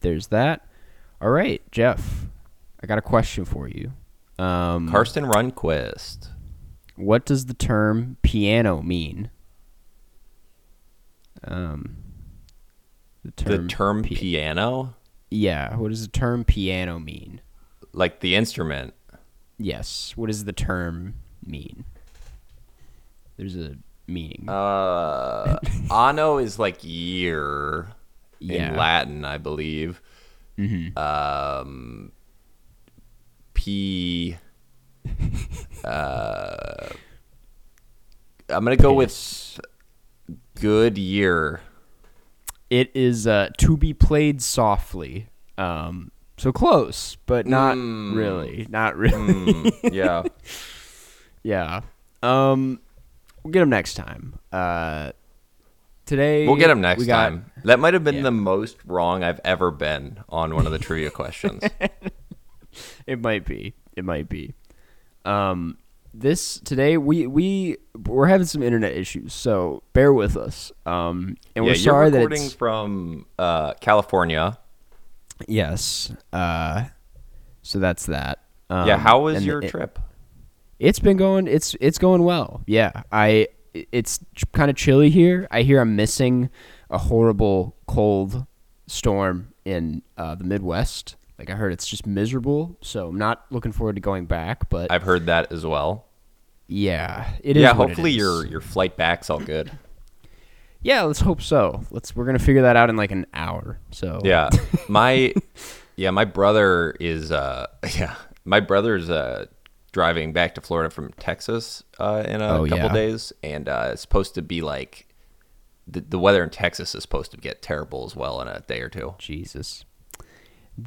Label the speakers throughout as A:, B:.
A: There's that. All right, Jeff, I got a question for you. Um,
B: Karsten Runquist.
A: what does the term piano mean? Um, the term,
B: the term
A: pi-
B: piano,
A: yeah. What does the term piano mean?
B: like the instrument.
A: Yes. What does the term mean? There's a meaning.
B: Uh, anno is like year
A: Yeah.
B: in Latin, I believe. Mm-hmm.
A: Mhm.
B: Um, P. Uh, I'm gonna go with good year.
A: It is uh, to be played softly. Um, so close, but not
B: Mm.
A: really. Not really.
B: Hmm. yeah.
A: Yeah. Um, we'll get them next time. Uh, today
B: We'll get them next
A: we got-
B: time. That might have been
A: Yeah.
B: the most wrong I've ever been on one of the trivia questions.
A: It might be. It might be. Um, this today we we we're having some internet issues, so bear with us. Um, and
B: yeah,
A: we're sorry
B: you're
A: that
B: recording
A: it's
B: from uh, California.
A: yes. Uh, so that's that. Um,
B: yeah, how was
A: and
B: your
A: it-
B: trip?
A: It's been going. It's it's going well. Yeah, I. It's kind of chilly here. I hear I'm missing a horrible cold storm in uh, the Midwest. Like I heard, it's just miserable. So I'm not looking forward to going back. But
B: I've heard that as well.
A: yeah, it is.
B: Yeah,
A: what it
B: hopefully
A: is.
B: your your flight back's all good.
A: Yeah, let's hope so. Let's. We're gonna figure that out in like an hour. So
B: Yeah. My yeah, my brother is uh yeah, my brother's uh driving back to Florida from Texas uh in a
A: Oh,
B: couple
A: yeah.
B: days and uh it's supposed to be like the, the weather in Texas is supposed to get terrible as well in a day or two.
A: Jesus.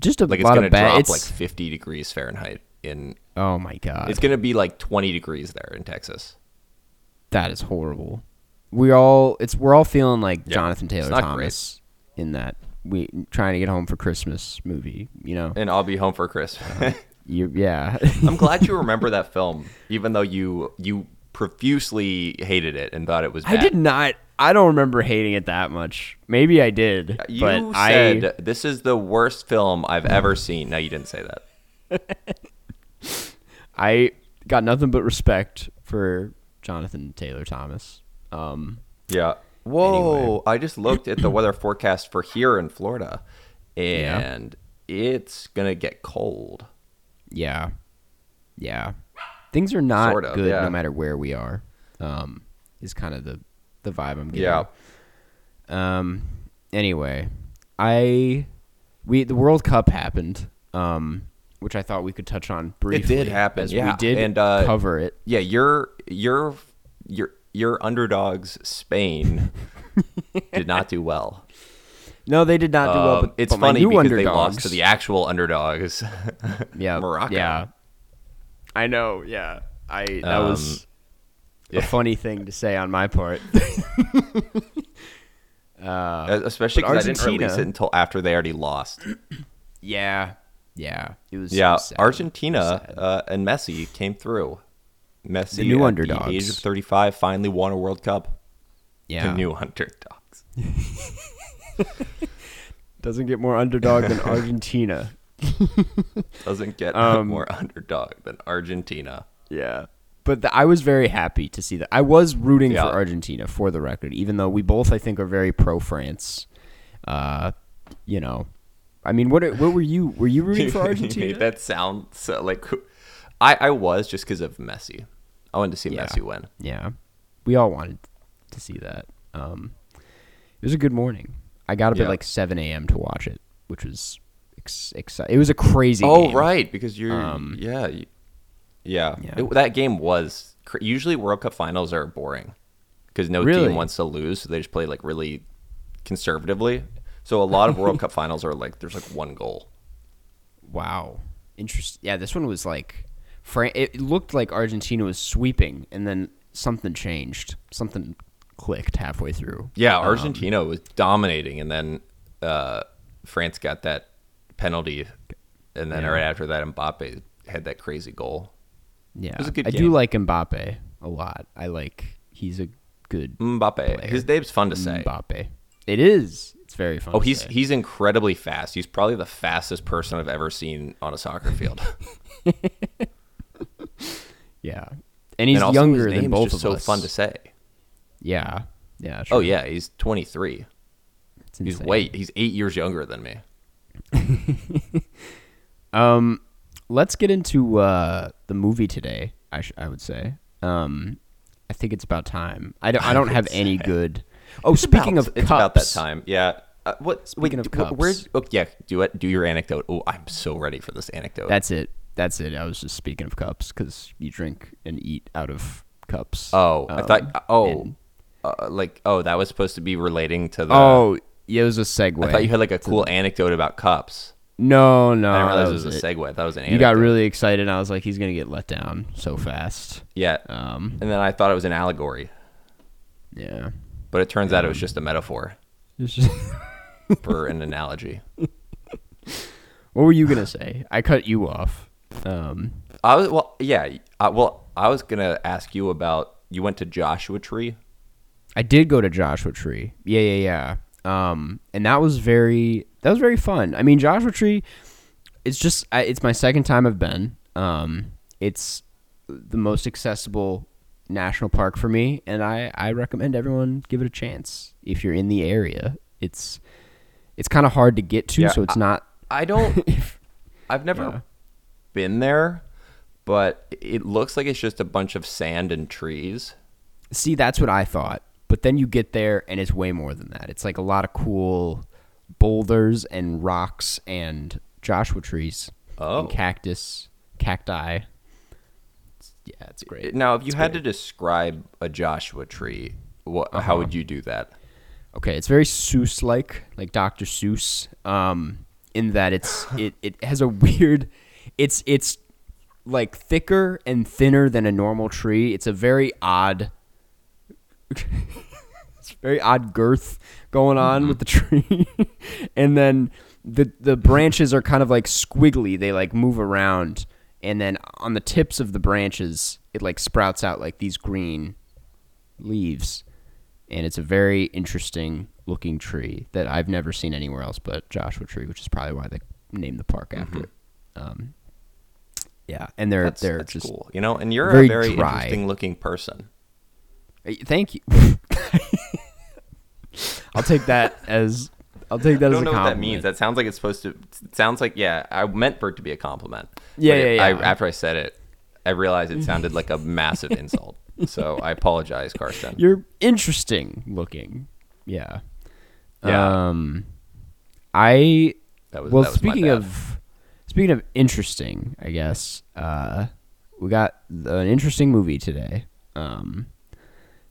A: Just a
B: Like it's
A: lot
B: going to
A: of bad.
B: drop
A: it's,
B: like 50 degrees Fahrenheit in
A: oh my god.
B: it's going to be like 20 degrees there in Texas.
A: That is horrible. We all it's we're all feeling like
B: Yeah,
A: Jonathan
B: it's
A: Taylor
B: not
A: Thomas in that we trying to get home for Christmas movie. You know,
B: And I'll be home for Christmas.
A: you yeah,
B: Eh. I'm glad you remember that film even though you you profusely hated it and thought it was
A: I
B: bad.
A: did not. I don't remember hating it that much. Maybe I did,
B: Uh, You
A: but
B: said
A: I
B: this is the worst film I've ever seen. No, you didn't say that.
A: I got nothing but respect for Jonathan Taylor Thomas. Um,
B: Yeah. Whoa! I just looked at the weather forecast for here in Florida, and it's gonna get cold.
A: yeah, yeah, things are not
B: Sort of,
A: good
B: yeah.
A: no matter where we are. Um, is kind of the the vibe I'm getting. Um. Anyway, I we the World Cup happened. Um, which I thought we could touch on briefly.
B: happen,
A: as
B: yeah.
A: we did
B: And, uh,
A: cover it.
B: yeah. Your your your your underdogs Spain did not do well.
A: No, they did not do well.
B: Um,
A: But
B: it's
A: but my
B: funny
A: new
B: because
A: underdogs,
B: they lost to the actual underdogs. Uh,
A: yeah,
B: Morocco.
A: Yeah, I know. Yeah, I that was
B: yeah.
A: Um, a funny thing to say on my part. but
B: Especially because I didn't
A: Argentina-
B: release it until after they already lost.
A: yeah, yeah, it was.
B: Yeah,
A: sad.
B: Argentina
A: It was sad.
B: uh, and Messi came through. Messi,
A: The new
B: at
A: underdogs.
B: the age of thirty-five, finally won a World Cup.
A: Yeah,
B: The new underdogs.
A: doesn't get more underdog than Argentina.
B: Doesn't get
A: Um,
B: more underdog than Argentina.
A: Yeah. But the, I was very happy to see that. I was rooting
B: Yeah.
A: for Argentina for the record, even though we both, I think, are very pro France. Uh, you know, I mean, what are- what were you were you rooting for
B: you
A: Argentina?
B: made that sound so like I, I was just because of Messi. I wanted to see
A: Yeah.
B: Messi win.
A: yeah, we all wanted to see that. Um, it was a good morning. I got up
B: Yeah.
A: at like seven a.m. to watch it, which was ex- exciting. It was a crazy.
B: Oh
A: game. Um,
B: right, because you're yeah, you- yeah.
A: Yeah.
B: It- that game was cr- usually World Cup finals are boring because no
A: Really?
B: team wants to lose, so they just play like really conservatively. So a lot of World Cup finals are like there's like one goal.
A: Wow. Interesting. Yeah, this one was like Fran- it it looked like Argentina was sweeping and then something changed. Something clicked halfway through.
B: Yeah, Argentina was dominating, and then uh, France got that penalty, and then right after that, Mbappe had that crazy goal.
A: Yeah.
B: was a good
A: I do
B: game.
A: like Mbappe a lot. I like he's a good
B: Mbappe, his name's fun to say.
A: Mbappe. It is. It's very fun.
B: Oh,
A: to
B: he's
A: say.
B: he's incredibly fast. He's probably the fastest person I've ever seen on a soccer field.
A: yeah. And he's
B: and also
A: younger
B: his
A: than
B: name's
A: both
B: just
A: of
B: so
A: us.
B: fun to say.
A: Yeah. Yeah.
B: Oh
A: sure.
B: yeah, he's 23.
A: It's
B: He's
A: insane.
B: way he's 8 years younger than me.
A: Um, let's get into uh, the movie today. I sh- I would say. Um, I think it's about time. I don't. I don't have any good. Oh, speaking
B: About-
A: of
B: it's about that
A: cups,
B: time. Yeah. Uh, what
A: Speaking
B: wait,
A: of
B: d- wh-
A: cups.
B: where's oh, yeah, do it do your anecdote. Oh, I'm so ready for this anecdote.
A: That's it. That's it. I was just speaking of cups because you drink and eat out of cups.
B: oh, I
A: Um,
B: thought oh
A: and-
B: uh, like oh, that was supposed to be relating to the
A: oh, yeah, it was a segue.
B: I thought you had like a cool anecdote about cups.
A: no, no.
B: I didn't realize
A: that
B: it Oh, was,
A: it.
B: a segue. I thought it was an anecdote.
A: You got really excited. and I was like, he's gonna get let down so fast.
B: Yeah.
A: Um,
B: and then I thought it was an allegory,
A: yeah.
B: but it turns out it was just a metaphor
A: It's just-
B: for an analogy.
A: what were you gonna say? I cut you off. Um,
B: I was well, yeah. I, well, I was gonna ask you about you went to Joshua Tree.
A: I did go to Joshua Tree. Yeah, yeah, yeah. Um, and that was very that was very fun. I mean, Joshua Tree, it's just I, it's my second time I've been. Um, it's the most accessible national park for me, and I I recommend everyone give it a chance if you're in the area. It's it's kind of hard to get to,
B: Yeah,
A: so it's not.
B: I don't. I've never been there, but it looks like it's just a bunch of sand and trees.
A: See, that's what I thought. But then you get there, and it's way more than that. It's like a lot of cool boulders and rocks and Joshua trees
B: Oh.
A: and cactus, cacti. It's- yeah, it's great.
B: Now, if you had to describe a Joshua Tree, what,
A: Uh-huh.
B: how would you do that?
A: Okay, it's very Seuss like, like Dr. Seuss, um, in that it's it, it has a weird it's it's like thicker and thinner than a normal tree. It's a very odd it's very odd girth going on with the tree. and then the the branches are kind of like squiggly. They like move around and then on the tips of the branches it like sprouts out like these green leaves. And it's a very interesting looking tree that I've never seen anywhere else but Joshua Tree, which is probably why they named the park after it. Um, yeah, and they're
B: Mm-hmm. That's,
A: they're
B: that's
A: just
B: cool. You know, and you're
A: very
B: a very
A: dry.
B: interesting looking person.
A: Uh, Thank you. I'll take that as I'll take that
B: I
A: as
B: don't
A: a
B: know what
A: compliment.
B: that means. That sounds like it's supposed to. It sounds like yeah. I meant for it to be a compliment.
A: Yeah,
B: But it-
A: yeah, yeah.
B: I, after I said it, I realized it sounded like a massive insult. So I apologize, Karsten.
A: You're interesting looking. Yeah.
B: Yeah.
A: Um I
B: That was-
A: well
B: that was my
A: speaking
B: bad.
A: of speaking of interesting, I guess, uh we got the, an interesting movie today. Um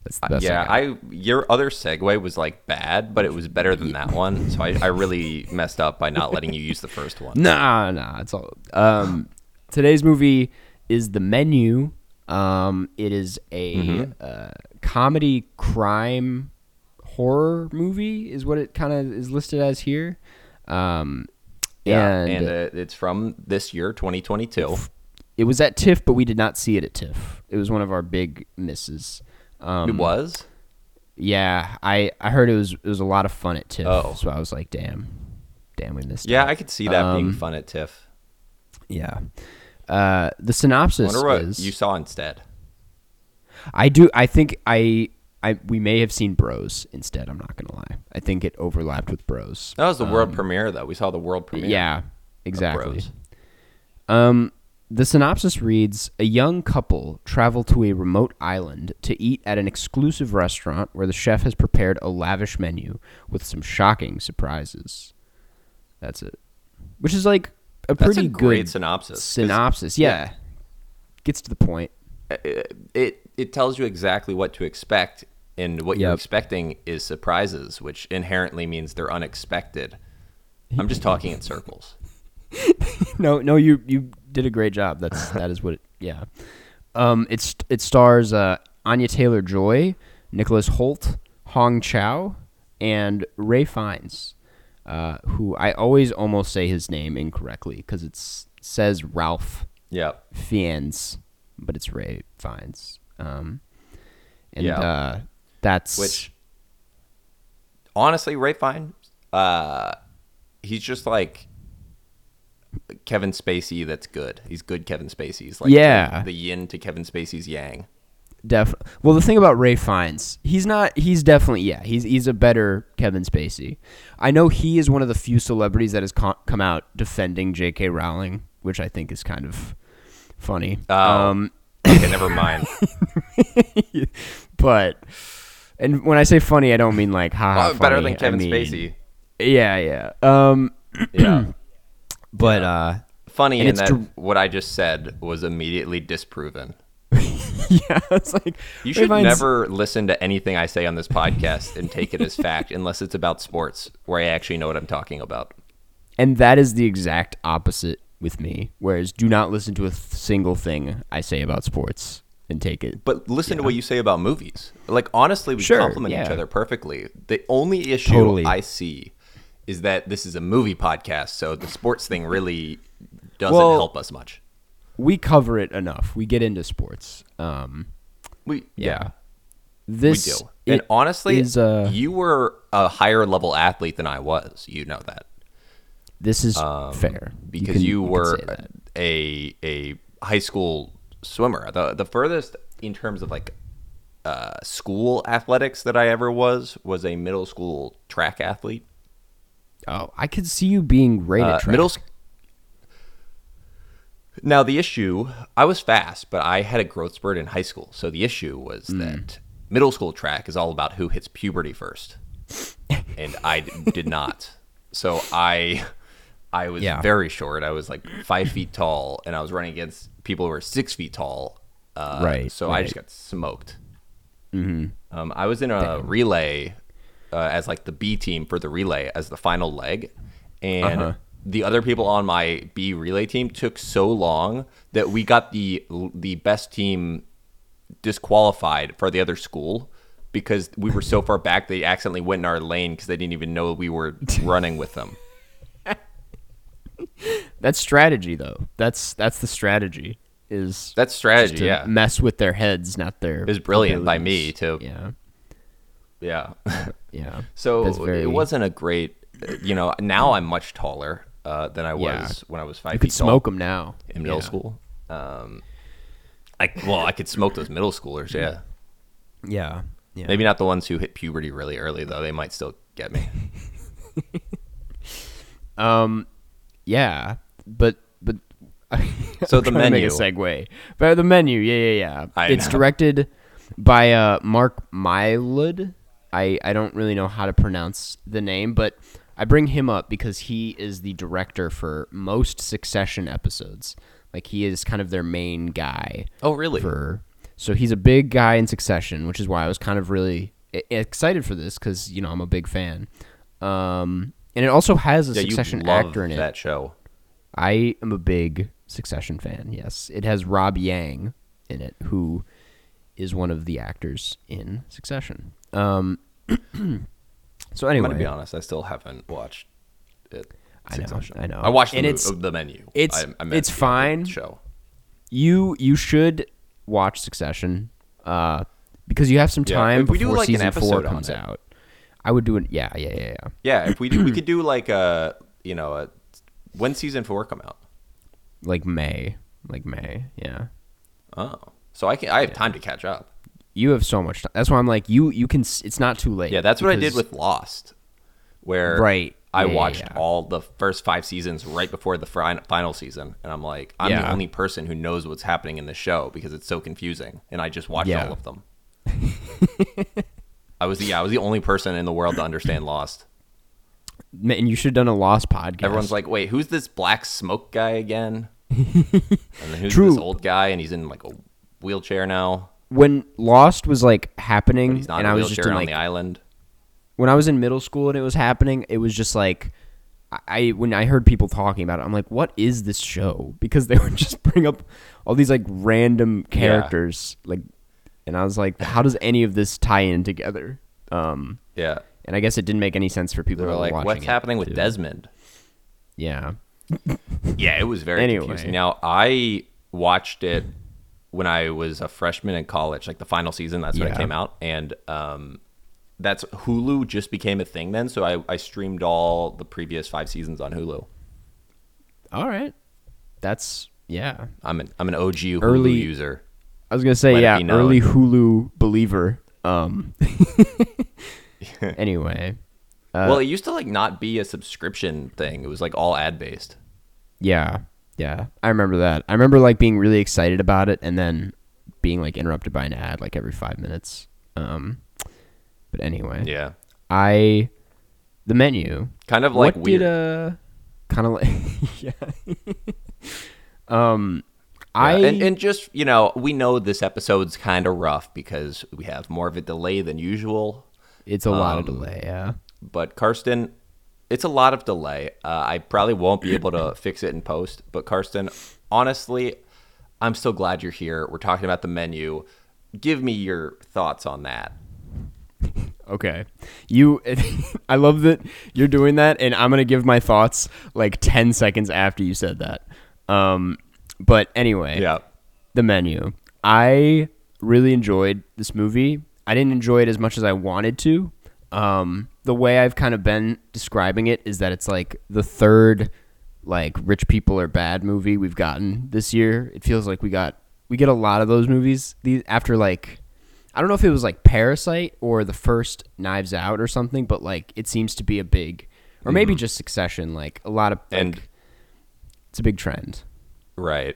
A: that's the best I
B: Uh, yeah,
A: got.
B: I your other segue was like bad, but it was better than that one. So I, I really messed up by not letting you use the first one.
A: Nah, nah, it's all. Um, today's movie is The Menu. Um, it is a
B: Mm-hmm.
A: uh, comedy crime horror movie, is what it kind of is listed as here. Um,
B: Yeah,
A: and,
B: and uh, it's from this year, 2022.
A: it was at TIFF, but we did not see it at TIFF. It was one of our big misses. Um,
B: it was.
A: Yeah, I, I heard it was it was a lot of fun at TIFF.
B: Oh.
A: So I was like, damn, damn, we missed.
B: Yeah,
A: out.
B: I could see that being
A: um,
B: fun at TIFF.
A: yeah. Uh, the
B: I
A: synopsis
B: wonder what
A: is
B: you saw instead.
A: I do. I think I, I we may have seen Bros instead. I'm not gonna lie. I think it overlapped with Bros.
B: That was the
A: um,
B: world premiere, though. We saw the world premiere.
A: Yeah,
B: of
A: exactly.
B: Bros.
A: Um, the synopsis reads: A young couple travel to a remote island to eat at an exclusive restaurant where the chef has prepared a lavish menu with some shocking surprises. That's it. Which is like a
B: That's
A: pretty
B: a great
A: good
B: synopsis. 'cause
A: synopsis. Yeah. gets to the point.
B: It, uh, it it tells you exactly what to expect, and what you're
A: Yep.
B: expecting is surprises, which inherently means they're unexpected. I'm just talking in circles.
A: no, no, you you did a great job. That's that is what. It, yeah. Um, it's it stars uh, Anya Taylor Joy, Nicholas Holt, Hong Chow, and Ray Fiennes, uh, who I always almost say his name incorrectly because it says Ralph
B: Yeah.
A: Fiennes, but it's Ray Fiennes. Um, and
B: Yeah.
A: uh, that's
B: Which, honestly, Ray Fine, uh, he's just like Kevin Spacey. That's good. He's good. Kevin Spacey. He's like
A: Yeah.
B: the, the yin to Kevin Spacey's yang.
A: Def- well, the thing about Ray Fiennes, he's not. He's definitely yeah. He's he's a better Kevin Spacey. I know he is one of the few celebrities that has co- come out defending J.K. Rowling, which I think is kind of funny.
B: Oh.
A: Um,
B: Okay, never mind.
A: but and when I say funny, I don't mean like ha.
B: Oh, better than
A: funny. I
B: Kevin
A: mean-
B: Spacey.
A: Yeah, yeah. Um,
B: Yeah.
A: but uh,
B: Funny
A: And
B: in
A: it's
B: that
A: dr-
B: what I just said was immediately disproven.
A: yeah, it's like
B: You
A: Ray
B: should
A: Fiennes-
B: never listen to anything I say on this podcast and take it as fact unless it's about sports where I actually know what I'm talking about.
A: And that is the exact opposite with me. Whereas, do not listen to a th- single thing I say about sports and take it.
B: But listen to what you say about movies. Like honestly, we
A: Sure,
B: complement each
A: yeah.
B: other perfectly. The only issue
A: Totally.
B: I see is that this is a movie podcast, so the sports thing really doesn't
A: Well-
B: help us much.
A: we cover it enough. We get into sports. Um,
B: We yeah, we
A: this
B: do. And
A: it
B: honestly,
A: is, uh,
B: you were a higher level athlete than I was. You know that.
A: this is fair
B: um, because
A: can-
B: you,
A: can
B: were
A: say that.
B: a a high school swimmer. The the furthest in terms of like uh, school athletics that I ever was was a middle school track athlete.
A: Oh, I could see you being rated
B: Uh,
A: track.
B: middle sc- Now the issue, I was fast, but I had a growth spurt in high school. So the issue was that middle school track is all about who hits puberty first, and I d- did not. So I, I was
A: Yeah.
B: very short. I was like five feet tall, and I was running against people who were six feet tall. Uh,
A: Right,
B: So I just
A: right. Mm-hmm.
B: got smoked. Um, I was in a relay uh, as like the B team for the relay as the final leg, and
A: Uh-huh.
B: the other people on my B relay team took so long that we got the the best team disqualified for the other school because we were so far back they accidentally went in our lane because they didn't even know we were running with them.
A: That's strategy, though. That's that's the strategy. Is
B: That's
A: just
B: strategy.
A: to
B: Yeah,
A: mess with their heads, not their.
B: it was brilliant by me
A: abilities.
B: to
A: Yeah,
B: yeah.
A: yeah. That's
B: So
A: very-
B: it wasn't a great, you know. Now I'm much taller uh, than I was
A: Yeah.
B: when I was five
A: you
B: feet
A: could smoke
B: tall
A: them now
B: in middle
A: Yeah.
B: school. Um, I well, I could smoke those middle schoolers. Yeah,
A: Yeah, yeah.
B: maybe not the ones who hit puberty really early though. They might still get me.
A: Um, yeah, but but
B: So
A: I'm trying
B: the
A: to
B: menu.
A: make a segue, but the menu, yeah, yeah, yeah.
B: I
A: it's
B: know.
A: directed by uh, Mark Mylod. I I don't really know how to pronounce the name, but I bring him up because he is the director for most Succession episodes. Like he is kind of their main guy
B: Oh, really?
A: for- So he's a big guy in Succession, which is why I was kind of really e- excited for this because you know I'm a big fan. Um, and it also has a
B: yeah, you
A: Succession
B: love
A: actor in it.
B: that show.
A: I am a big Succession fan. Yes, it has Rob Yang in it, who is one of the actors in Succession. Um, so
B: I'm
A: anyway,
B: gonna be honest. I still haven't watched it.
A: I know,
B: Succession.
A: I know.
B: I watched the,
A: And
B: mo- uh,
A: it's-
B: the menu.
A: it's-
B: I, I meant
A: it's
B: the
A: fine.
B: Show.
A: you you should watch Succession uh, because you have some
B: Yeah,
A: time
B: if we do,
A: before
B: like, an
A: season four
B: episode on
A: comes
B: it.
A: out. I would do it. Yeah, yeah, yeah, yeah.
B: Yeah, if we do, we could do like a you know a when season four come out.
A: like May, like May. Yeah,
B: Oh, so I can I have time to catch up.
A: you have so much time. That's why I'm like you. You can. s- It's not too late.
B: Yeah, that's what I did
A: because-
B: with Lost, where
A: Right.
B: I
A: Yeah, yeah,
B: watched
A: yeah.
B: all the first five seasons right before the fri- final season, and I'm like, I'm the
A: Yeah.
B: only person who knows what's happening in the show because it's so confusing, and I just watched
A: Yeah.
B: all of them. I was the yeah, I was the only person in the world to understand Lost.
A: Ma- and you should have done a Lost podcast.
B: Everyone's like, wait, who's this black smoke guy again? and then who's
A: True.
B: this old guy? And he's in like a wheelchair now.
A: when Lost was like happening,
B: He's not
A: and
B: in a
A: I was just
B: wheelchair
A: in
B: on
A: like
B: the island.
A: when I was in middle school and it was happening, it was just like I- I when I heard people talking about it, I'm like, what is this show? Because they would just bring up all these like random characters, like and I was like, how does any of this tie in together? Um,
B: Yeah.
A: and I guess it didn't make any sense for people who
B: They were
A: were
B: like,
A: watching
B: what's
A: it,
B: happening with
A: too.
B: Desmond?
A: Yeah,
B: Yeah, it was very
A: Anyway.
B: confusing. Now I watched it when I was a freshman in college, like the final season. That's when
A: Yeah.
B: it came out, and um, that's Hulu just became a thing then. So I, I streamed all the previous five seasons on Hulu.
A: all right, that's yeah.
B: I'm an I'm an OG Hulu
A: Early-
B: user.
A: I was gonna say
B: Let it
A: yeah,
B: be known.
A: early Hulu believer. Um. anyway, uh,
B: well, it used to like not be a subscription thing. It was like all ad based.
A: yeah, yeah, I remember that. I remember like being really excited about it and then being like interrupted by an ad like every five minutes. Um. But anyway,
B: Yeah,
A: I the menu
B: kind of like
A: what
B: weird.
A: did uh kind of like yeah um
B: Yeah,
A: I
B: and, and just you know, we know this episode's kind of rough because we have more of a delay than usual.
A: it's a lot
B: um,
A: of delay yeah
B: but Karsten, it's a lot of delay. Uh, I probably won't be able to fix it in post. But Karsten, honestly, I'm so glad you're here. We're talking about the menu. Give me your thoughts on that.
A: okay you I love that you're doing that and I'm gonna give my thoughts like ten seconds after you said that um but anyway the menu. I really enjoyed this movie. I didn't enjoy it as much as I wanted to. Um, the way I've kind of been describing it is that it's like the third like rich people are bad movie we've gotten this year. It feels like we got we get a lot of those movies these after like I don't know if it was like Parasite or the first Knives Out or something, but like it seems to be a big or maybe just Succession like a lot of like,
B: And
A: it's a big trend.
B: right.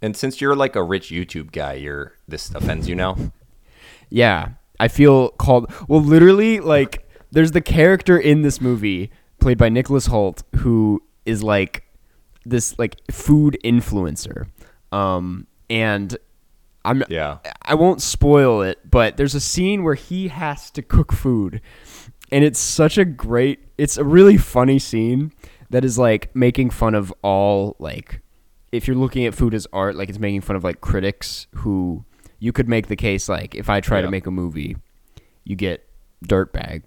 B: And since you're like a rich YouTube guy, you're this offends you now.
A: Yeah, I feel called. Well, literally, like there's the character in this movie played by Nicholas Holt who is like this like food influencer, um, and I'm
B: Yeah.
A: I won't spoil it, but there's a scene where he has to cook food, and it's such a great. It's a really funny scene that is like making fun of all like if you're looking at food as art, like it's making fun of like critics who you could make the case like if I try to
B: Yeah.
A: make a movie, you get dirtbag.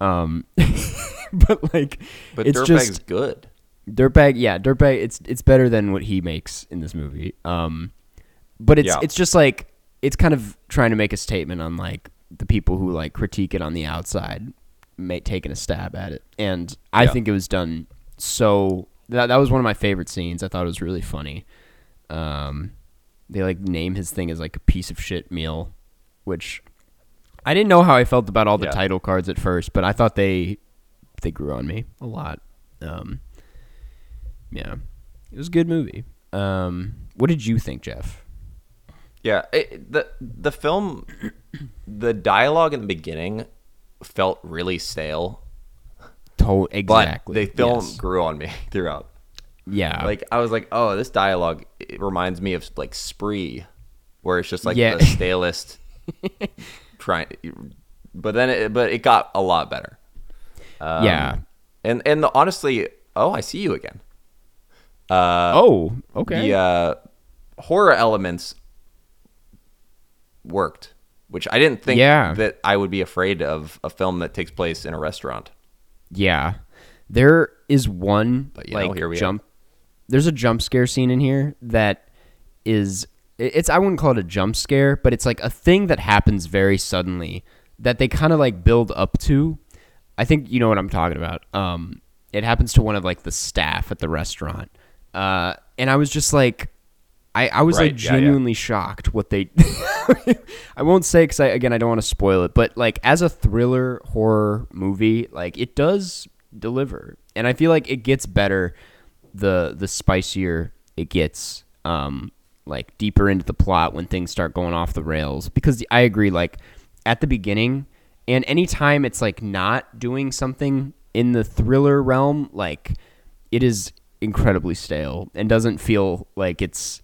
A: Um, but like,
B: But
A: it's
B: Dirtbag's
A: just
B: good.
A: Dirtbag, yeah, Dirtbag. It's it's better than what he makes in this movie. Um, but it's
B: Yeah.
A: it's just like it's kind of trying to make a statement on like the people who like critique it on the outside, may, taking a stab at it. And I
B: Yeah.
A: think it was done so that that was one of my favorite scenes. I thought it was really funny. Um, they like name his thing as like a piece of shit meal, which I didn't know how I felt about all the
B: Yeah.
A: title cards at first, but I thought they they grew on me a lot. Um, yeah, it was a good movie. Um, what did you think, Jeff?
B: Yeah, it, the the film, the dialogue in the beginning felt really stale,
A: To-
B: but
A: exactly.
B: the film
A: yes.
B: grew on me throughout.
A: Yeah.
B: like I was like, oh, this dialogue it reminds me of like Spree, where it's just like
A: Yeah.
B: the stalest trying. But then, it, but it got a lot better. Um,
A: yeah.
B: and and the, honestly, oh, I see you again. Uh,
A: Oh, okay.
B: the uh, horror elements worked, which I didn't think
A: Yeah.
B: that I would be afraid of a film that takes place in a restaurant.
A: Yeah. There is one
B: But, you know,
A: like
B: here we are.
A: jump. There's a jump scare scene in here that is it- it's I wouldn't call it a jump scare, but it's like a thing that happens very suddenly that they kind of like build up to. I think you know what I'm talking about. Um it happens to one of like the staff at the restaurant. Uh and I was just like I, I was
B: Right,
A: like
B: yeah, yeah.
A: genuinely shocked what they I won't say because I, again I don't want to spoil it, but like as a thriller horror movie, like it does deliver, and I feel like it gets better the the spicier it gets, um, like deeper into the plot when things start going off the rails. Because I agree, like at the beginning and anytime it's like not doing something in the thriller realm, like it is incredibly stale and doesn't feel like it's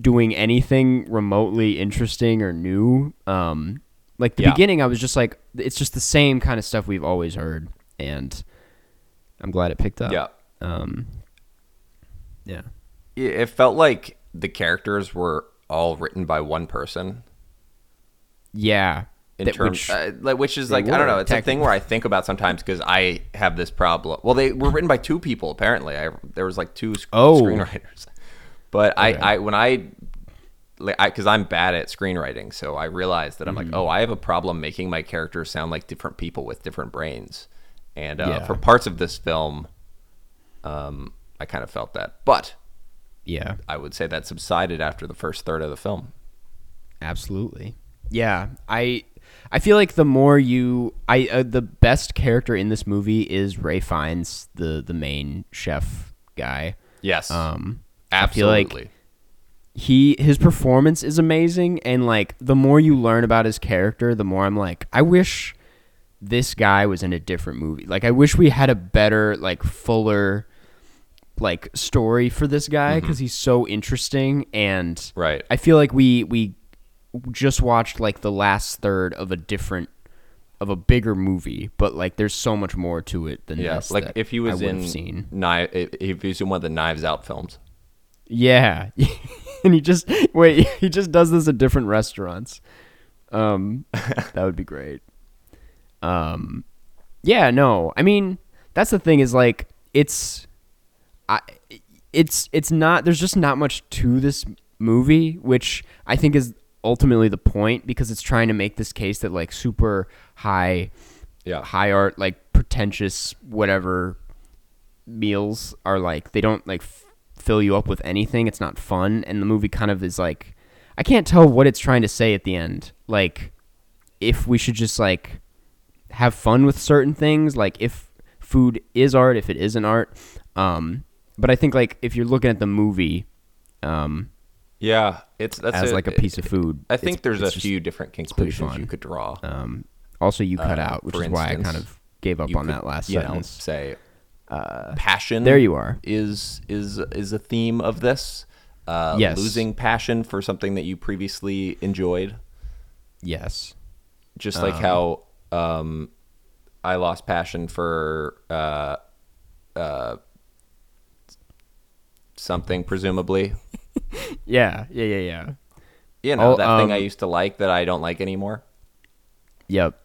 A: doing anything remotely interesting or new. Um, like the
B: Yeah.
A: beginning, I was just like, it's just the same kind of stuff we've always heard, and I'm glad it picked up.
B: Yeah.
A: Um, yeah.
B: it it felt like the characters were all written by one person
A: yeah.
B: in
A: that-
B: terms
A: which-
B: uh, like which is
A: they
B: like I don't
A: were,
B: know. It's a thing
A: technically.
B: where I think about sometimes because I have this problem. Well, they were written by two people apparently. I there was like two sc-
A: Oh.
B: screenwriters, but
A: Okay.
B: I I when I like because I'm bad at screenwriting, so I realized that I'm
A: Mm-hmm.
B: like oh I have a problem making my characters sound like different people with different brains, and uh,
A: Yeah.
B: for parts of this film, um I kind of felt that, but
A: yeah.
B: I would say that subsided after the first third of the film.
A: Absolutely. Yeah, I I feel like the more you I uh, the best character in this movie is Ray Fiennes, the the main chef guy.
B: Yes,
A: Um
B: absolutely.
A: I feel like he his performance is amazing and like the more you learn about his character, the more I'm like I wish this guy was in a different movie. Like I wish we had a better like fuller like story for this guy cuz he's so interesting and
B: Mm-hmm. right.
A: I feel like we we just watched like the last third of a different of a bigger movie, but like there's so much more to it than
B: Yeah,
A: this.
B: like
A: that
B: if he
A: I
B: was
A: would've
B: in
A: seen.
B: knife, if he was in one of the Knives Out films.
A: Yeah. and he just wait, he just does this at different restaurants. Um that would be great. Um yeah, no. I mean, that's the thing is like it's I it's it's not there's just not much to this movie, which I think is ultimately the point because it's trying to make this case that like super high
B: Yeah.
A: high art like pretentious whatever meals are like they don't like f- fill you up with anything it's not fun and the movie kind of is like i can't tell what it's trying to say at the end like if we should just like have fun with certain things like if food is art if it isn't art um but i think like if you're looking at the movie um
B: Yeah, it's that's
A: as like a piece of food
B: I think
A: it's-
B: there's
A: it's
B: a
A: just-
B: few different
A: pretty
B: conclusions you
A: fun.
B: could draw.
A: um also you cut
B: uh,
A: out which
B: for
A: is why i
B: instance,
A: kind of gave up
B: You
A: on
B: could,
A: that last
B: you know,
A: sentence
B: say uh, passion.
A: there you are
B: Is is is a theme of this? Uh,
A: Yes.
B: losing passion for something that you previously enjoyed,
A: yes
B: just like how um, I lost passion for uh, uh, something, presumably.
A: Yeah, yeah, yeah, yeah.
B: You know,
A: Oh,
B: that
A: um,
B: thing I used to like that I don't like anymore.
A: Yep.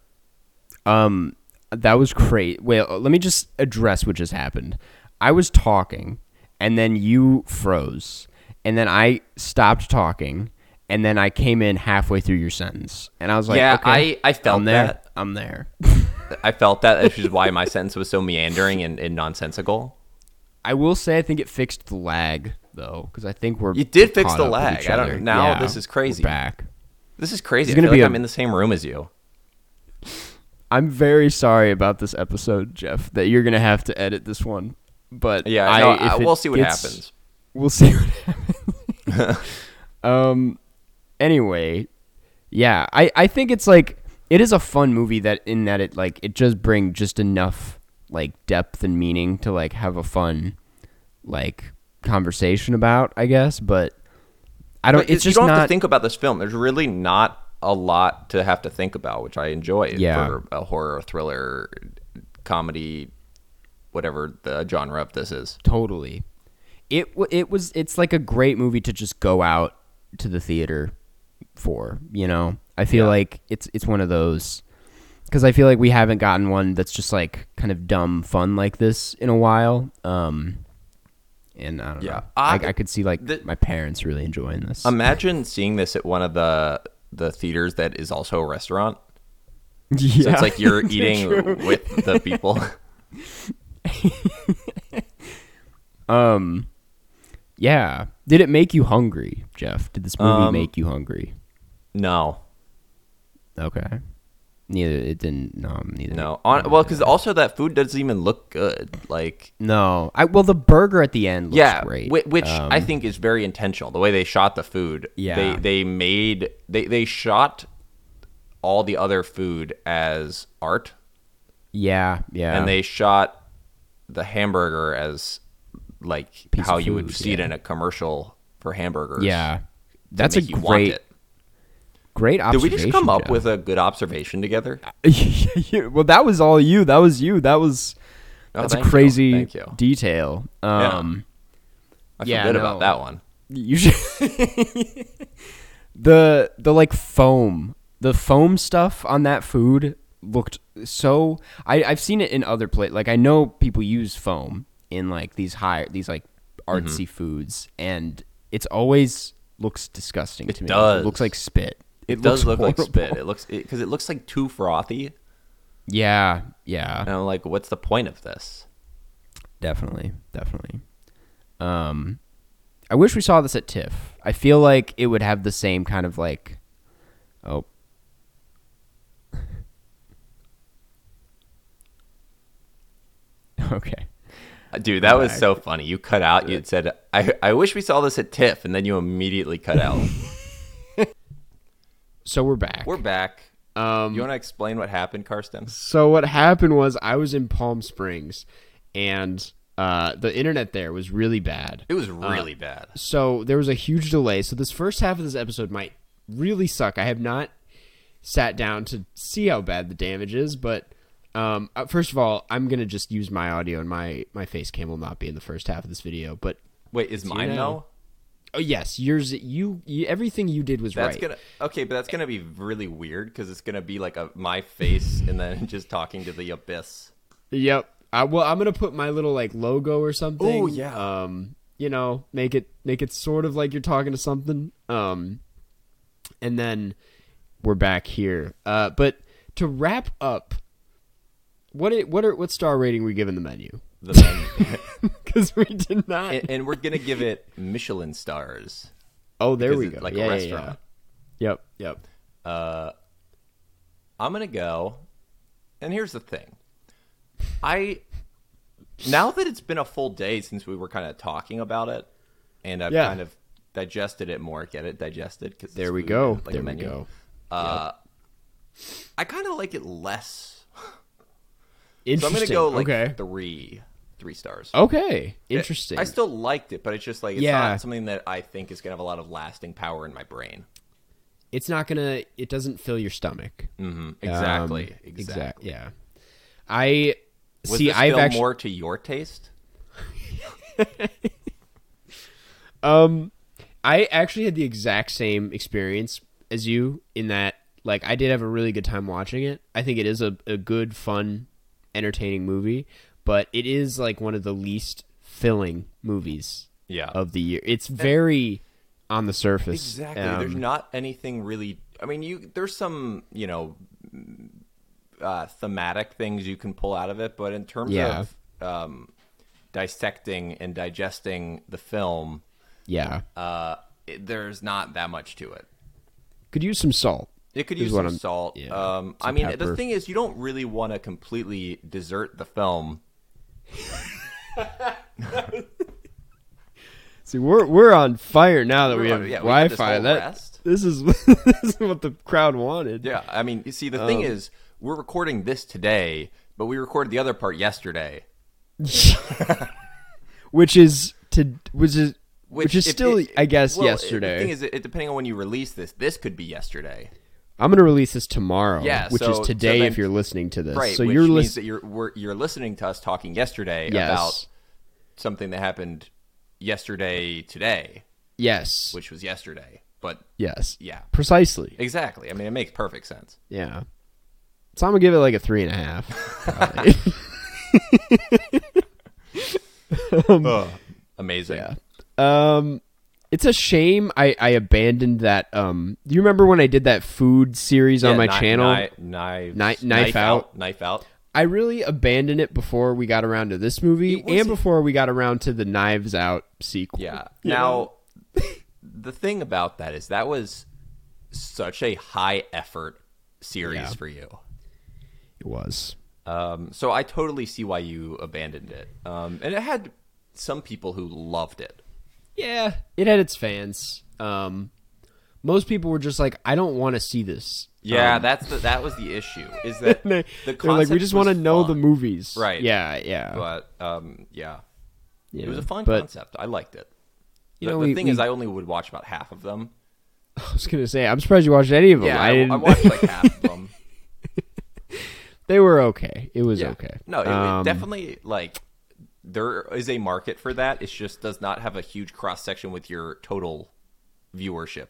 A: Um, that was great. Well, let me just address what just happened. I was talking, and then you froze, and then I stopped talking, and then I came in halfway through your sentence, and I was like,
B: yeah,
A: okay,
B: I, I felt
A: am there.
B: that.
A: I'm there.
B: I felt that, which is why my sentence was so meandering and, and nonsensical.
A: I will say I think it fixed the lag though, because I think we're
B: You did
A: we're
B: fix
A: caught
B: the
A: up with
B: lag.
A: each
B: I don't-
A: other.
B: now
A: Yeah,
B: this is
A: we're
B: crazy.
A: back.
B: This is crazy.
A: It's
B: I
A: gonna
B: feel like
A: be a-
B: I'm in the same room as you.
A: I'm very sorry about this episode, Jeff, that you're gonna have to edit this one. But
B: Yeah,
A: I,
B: no,
A: if
B: I,
A: it
B: we'll see what
A: gets-
B: happens.
A: We'll see what happens. um. Anyway, yeah, I I think it's like it is a fun movie that in that it like it just bring just enough like depth and meaning to like have a fun like conversation about, I guess. But I don't.
B: But
A: it's
B: you
A: just
B: don't
A: not.
B: have to think about this film. There's really not a lot to have to think about, which I enjoy
A: Yeah.
B: for a horror, thriller, comedy, whatever the genre of this is.
A: Totally. It w- it was it's like a great movie to just go out to the theater for, you know. I feel like it's it's one of those cuz I feel like we haven't gotten one that's just like kind of dumb fun like this in a while. Um and I don't
B: Yeah.
A: know. I,
B: I-
A: I could see like
B: the- Um,
A: my parents really enjoying this.
B: Imagine seeing this at one of the the theaters that is also a restaurant.
A: yeah.
B: So it's like you're eating with the people.
A: um yeah. Did it make you hungry, Jeff? Did this movie
B: Um,
A: make you hungry?
B: no,
A: Okay. Neither it didn't no, neither.
B: no. On, well, because also that food doesn't even look good. Like,
A: No, I well the burger at the end looks
B: yeah,
A: great.
B: whi- which I
A: Um,
B: think is very intentional. The way they shot the food.
A: Yeah.
B: They they made they they shot all the other food as art,
A: yeah, yeah,
B: and they shot the hamburger as like
A: Piece
B: how
A: of
B: you would
A: food,
B: see it
A: yeah.
B: in a commercial for hamburgers.
A: yeah.
B: to
A: That's a
B: make you want
A: great,
B: it.
A: great
B: Did we
A: observation.
B: just come up
A: Jeff.
B: with a good observation together?
A: Yeah, well, that was all you. That was you. That was
B: Oh,
A: that's a
B: thank you,
A: crazy
B: thank you.
A: detail. Um,
B: I
A: Yeah,
B: forgot
A: no.
B: about that one.
A: you should the the like foam
C: the foam stuff on that food looked so. I I've seen it in other places. Like I know people use foam in like these high these like
B: Mm-hmm.
C: artsy foods, and it's always looks disgusting
B: It
C: to me.
B: does.
C: It looks like spit.
B: It, does look
C: looks
B: like spit.
C: horrible.
B: It looks because it, looks like too frothy,
C: Yeah, yeah.
B: and I'm like, what's the point of this?
C: Definitely, definitely. Um, I wish we saw this at TIFF. I feel like it would have the same kind of like, oh, okay.
B: Uh, Dude, that was
C: Alright.
B: so funny. You cut out. You said, I, "I wish we saw this at TIFF," and then you immediately cut out.
C: So we're back.
B: We're back.
A: Um,
B: you want to explain what happened, Karsten?
A: So what happened was I was in Palm Springs, and uh, the internet there was really bad.
B: It was really bad.
A: So there was a huge delay. So this first half of this episode might really suck. I have not sat down to see how bad the damage is, but um, uh, first of all, I'm gonna just use my audio and my my face cam will not be in the first half of this video. But
B: Wait, is mine
A: know.
B: though?
A: oh yes, yours you, you everything you did was
B: That's
A: right.
B: gonna okay, but that's gonna be really weird because it's gonna be like a my face and then just talking to the abyss.
A: Yep. I, well, I'm gonna put my little like logo or something.
B: Ooh, yeah.
A: Um, you know, make it make it sort of like you're talking to something. Um, and then we're back here. Uh, but to wrap up, what it, what are what star rating we giving the menu?
B: The menu.
A: Because we did not.
B: and, and we're gonna give it Michelin stars.
A: oh, there
B: 'cause
A: we
B: it's
A: go.
B: Like
A: yeah,
B: a
A: yeah,
B: restaurant.
A: yeah. Yep. Yep.
B: I'm gonna go. And here's the thing. I now that it's been a full day since we were kind of talking about it, and I've
A: Yeah.
B: kind of digested it more. Get it digested? Cause it's
A: There we
B: food,
A: go.
B: like a
A: there we
B: menu.
A: go.
B: I kind of like it less. So I'm
A: Interesting.
B: gonna go like
A: okay.
B: three, three stars.
A: Okay.
B: It-
A: Interesting.
B: I still liked it, but it's just like it's
A: Yeah.
B: not something that I think is gonna have a lot of lasting power in my brain.
A: it's not gonna. It doesn't fill your stomach.
B: Mm, exactly.
A: Um,
B: exactly.
A: exact- Yeah. I
B: Was
A: see.
B: this
A: I've
B: film
A: actually.
B: more to your taste.
A: Um, I actually had the exact same experience as you in that, like, I did have a really good time watching it. I think it is a, a good, fun, entertaining movie, but it is, like, one of the least filling movies
B: Yeah.
A: of the year. It's very on the surface.
B: Exactly. there's
A: Um,
B: not anything really. I mean, you there's some you know mm, uh, thematic things you can pull out of it, but in terms
A: Yeah.
B: of um, dissecting and digesting the film,
A: yeah.
B: uh, it, there's not that much to it.
A: Could use some salt.
B: It could
A: Is
B: use
A: what
B: some
A: I'm-
B: salt.
A: yeah,
B: um, I
A: some
B: mean, the
A: pepper.
B: thing is, you don't really want to completely desert the film.
A: See, we're we're on fire now that
B: We're
A: we
B: on-
A: have
B: yeah, we got this
A: Wi-Fi.
B: whole
A: that
B: rest.
A: this is this is what the crowd wanted.
B: Yeah, I mean, you see, the thing
A: Um,
B: is, we're recording this today, but we recorded the other part yesterday.
A: which is to which is which, is
B: if
A: still
B: it-
A: I guess
B: well, it-
A: yesterday.
B: The thing is, it, it- depending on when you release this, this could be yesterday,
A: I'm gonna release this tomorrow,
B: Yeah,
A: which
B: so-
A: is
B: so
A: today
B: then-
A: if you're listening to this.
B: right?
A: so
B: which
A: you're
B: means
A: listening.
B: that you're we're, you're listening to us talking yesterday
A: Yes.
B: about something that happened yesterday today,
A: Yes,
B: which was yesterday. But
A: yes,
B: yeah,
A: precisely.
B: exactly. I mean, it makes perfect sense.
A: Yeah. So I'm gonna give it like a three and a half. probably.
B: Amazing.
A: yeah. Um, it's a shame I I abandoned that. Um, do you remember when I did that food series on my
B: kni-
A: channel?
B: kni- knives-
A: Knife- knife out.
B: Knife out.
A: I really abandoned it before we got around to this movie
B: was-
A: and before we got around to the Knives Out sequel.
B: Yeah. Now, the thing about that is that was such a high effort series
A: Yeah.
B: for you.
A: It was.
B: Um, so I totally see why you abandoned it. Um, and it had some people who loved it.
A: Yeah, it had its fans. Um, most people were just like, I don't want to see this.
B: Yeah, that's the, that was the issue. Is that
A: They,
B: the
A: are like, we just want to know the
B: movie.
A: movies.
B: Right.
A: Yeah, yeah.
B: But um, yeah.
A: Yeah.
B: it was a fun
A: But-
B: concept. I liked it.
A: You
B: the
A: know,
B: the
A: we-
B: thing
A: we-
B: is, I only would watch about half of them.
A: I was going to say, I'm surprised you watched any of them.
B: Yeah,
A: I
B: Oh, I,
A: didn't,
B: I watched like half of them.
A: they were okay. It was
B: Yeah.
A: okay.
B: No, it, it
A: Um,
B: definitely like there is a market for that. It just does not have a huge cross section with your total viewership.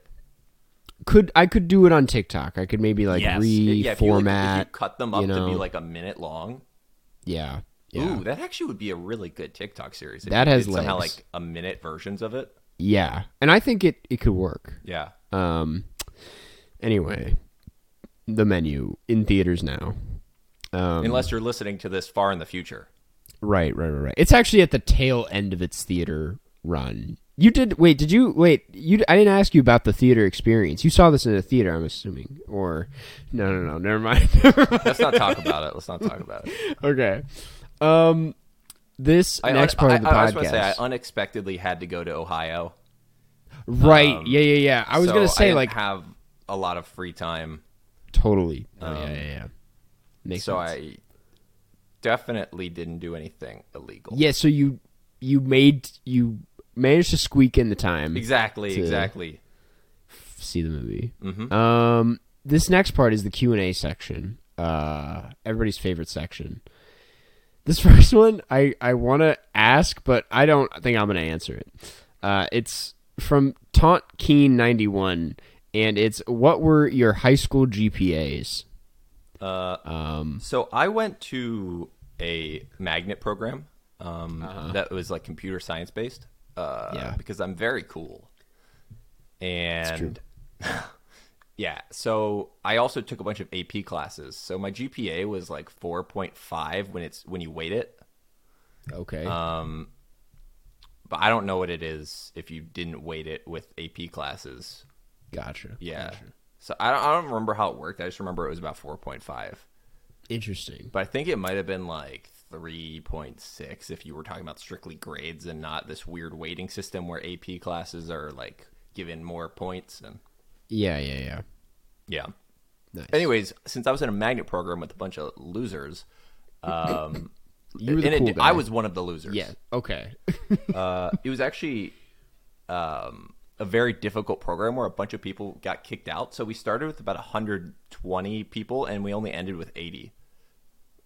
A: could I could do it on TikTok. I could maybe like
B: Yes. Yeah,
A: reformat.
B: if you, like, if you cut them up
A: you know.
B: to be like a minute long.
A: yeah, yeah,
B: Ooh, that actually would be a really good TikTok series. If
A: That
B: you
A: has
B: did somehow
A: legs.
B: like a minute versions of it.
A: yeah. And I think it it could work.
B: Yeah.
A: Um. Anyway, the menu in theaters now. Um,
B: Unless you're listening to this far in the future.
A: right, right, right, right. It's actually at the tail end of its theater run. You did wait? Did you wait? You I didn't ask you about the theater experience. You saw this in a theater, I'm assuming, or no, no, no. Never mind. Never mind.
B: Let's not talk about it. Let's not talk about it.
A: okay. Um, this next part of the
B: I, I was
A: podcast.
B: gonna say I unexpectedly had to go to Ohio.
A: right? yeah, yeah, yeah. I was
B: um, so
A: gonna
B: I
A: say
B: didn't
A: like
B: have a lot of free time,
A: totally. Oh yeah, yeah, yeah. Makes
B: um, so
A: sense.
B: I definitely didn't do anything illegal.
A: yeah. So you you made you managed to squeak in the time
B: Exactly.
A: To-
B: Exactly.
A: to see the movie. Mm-hmm. Um, this next part is the Q and A section. Uh, everybody's favorite section. This first one, I I want to ask, but I don't think I'm gonna answer it. Uh, it's from Taunt Keen ninety one, and it's what were your high school GPAs?
B: So I went to a magnet program um, that was like computer science based uh,
A: Yeah.
B: because I'm very cool. And yeah, so I also took a bunch of AP classes. So my GPA was like 4.5 when it's when you weight it,
A: Okay.
B: Uh, but I don't know what it is if you didn't weight it with AP classes.
A: Gotcha.
B: Yeah. So I don't, I don't remember how it worked. I just remember it was about 4.5.
A: Interesting.
B: But I think it might have been like 3.6 if you were talking about strictly grades and not this weird weighting system where AP classes are like given more points and
A: Yeah, yeah, yeah.
B: yeah.
A: Nice.
B: Anyways, since I was in a magnet program with a bunch of losers, um
A: You were the
B: and it-
A: cool guy.
B: I was one of the losers.
A: Yeah. Okay.
B: Uh, it was actually um, a very difficult program where a bunch of people got kicked out. So we started with about 120 people and we only ended with 80.